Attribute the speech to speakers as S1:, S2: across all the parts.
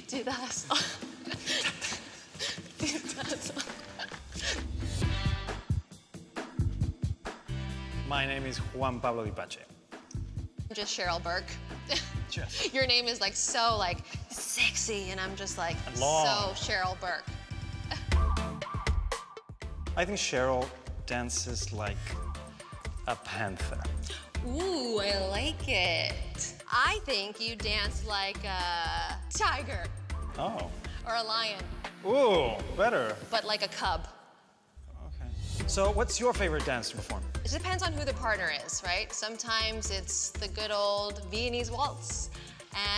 S1: Didas'la. Didas'la.
S2: My name is Juan Pablo Dipache.
S1: Just Cheryl Burke.
S2: Just.
S1: Your name is like so like sexy, and I'm just like
S2: And
S1: so
S2: long.
S1: Cheryl Burke.
S2: I think Cheryl dances like a panther.
S1: Ooh, I like it. I think you dance like a tiger
S2: Oh.
S1: or a lion,
S2: Ooh, better.
S1: but like a cub.
S2: Okay. So, what's your favorite dance to perform?
S1: It depends on who the partner is, right? Sometimes it's the good old Viennese waltz,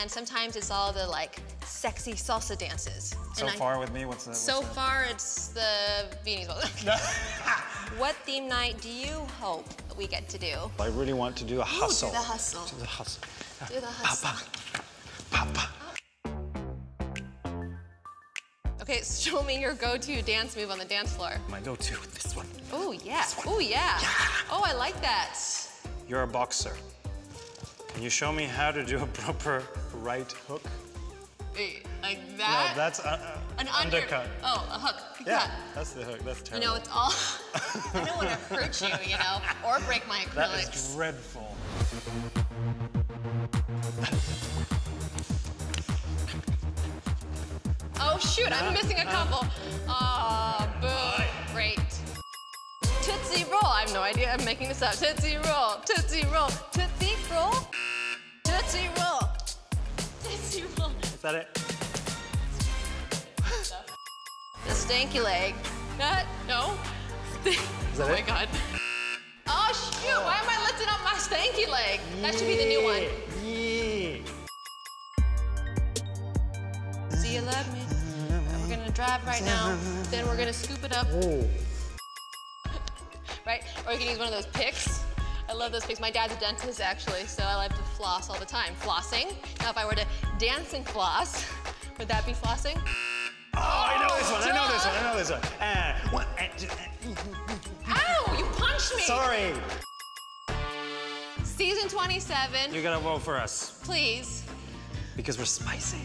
S1: and sometimes it's all the like sexy salsa dances.
S2: So
S1: And I-
S2: far with me, what's the what's
S1: So
S2: the-
S1: far, it's the Viennese waltz. what theme night do you hope we get to do?
S2: I really want to do a hustle.
S1: the hustle.
S2: Do the hustle.
S1: Do the hustle.
S2: Papa.
S1: Okay, show me your go-to dance move on the dance floor.
S2: My go-to with this one.
S1: Oh yeah. Oh yeah. Oh, I like that.
S2: You're a boxer. Can you show me how to do a proper right hook?
S1: Wait, like
S2: No,
S1: that?
S2: that's uh, uh,
S1: Ah. An under-
S2: undercut.
S1: Oh, a hook. Like
S2: Yeah,
S1: that.
S2: that's the hook. That's
S1: You
S2: terrible.
S1: know, it's all. I don't want to hurt you, you know, or break my
S2: that is
S1: acrylics.
S2: dreadful.
S1: Oh shoot, I'm missing a couple. Oh, boo. Great. Tootsie roll. I have no idea. I'm making this up. Tootsie roll. Tootsie roll. Tootsie roll. Tootsie roll. Tootsie roll.
S2: Is that it?
S1: The stanky leg. That no.
S2: Is that
S1: oh my
S2: it?
S1: god. Oh shoot! Why am I lifting up my stanky leg? That should be the new one.
S2: Yeah.
S1: Do you love me? We're gonna drive right now. Then we're gonna scoop it up.
S2: Oh.
S1: Right? Or you can use one of those picks. I love those picks. My dad's a dentist actually, so I like to floss all the time. Flossing. Now, if I were to dance and floss, would that be flossing?
S2: Oh, I know this one. I know this
S1: Duh.
S2: one. I know this one. Uh, one uh, j- uh,
S1: Ow! You punched me.
S2: sorry.
S1: Season 27.
S2: You're gonna vote for us
S1: Please.
S2: because we're spicy.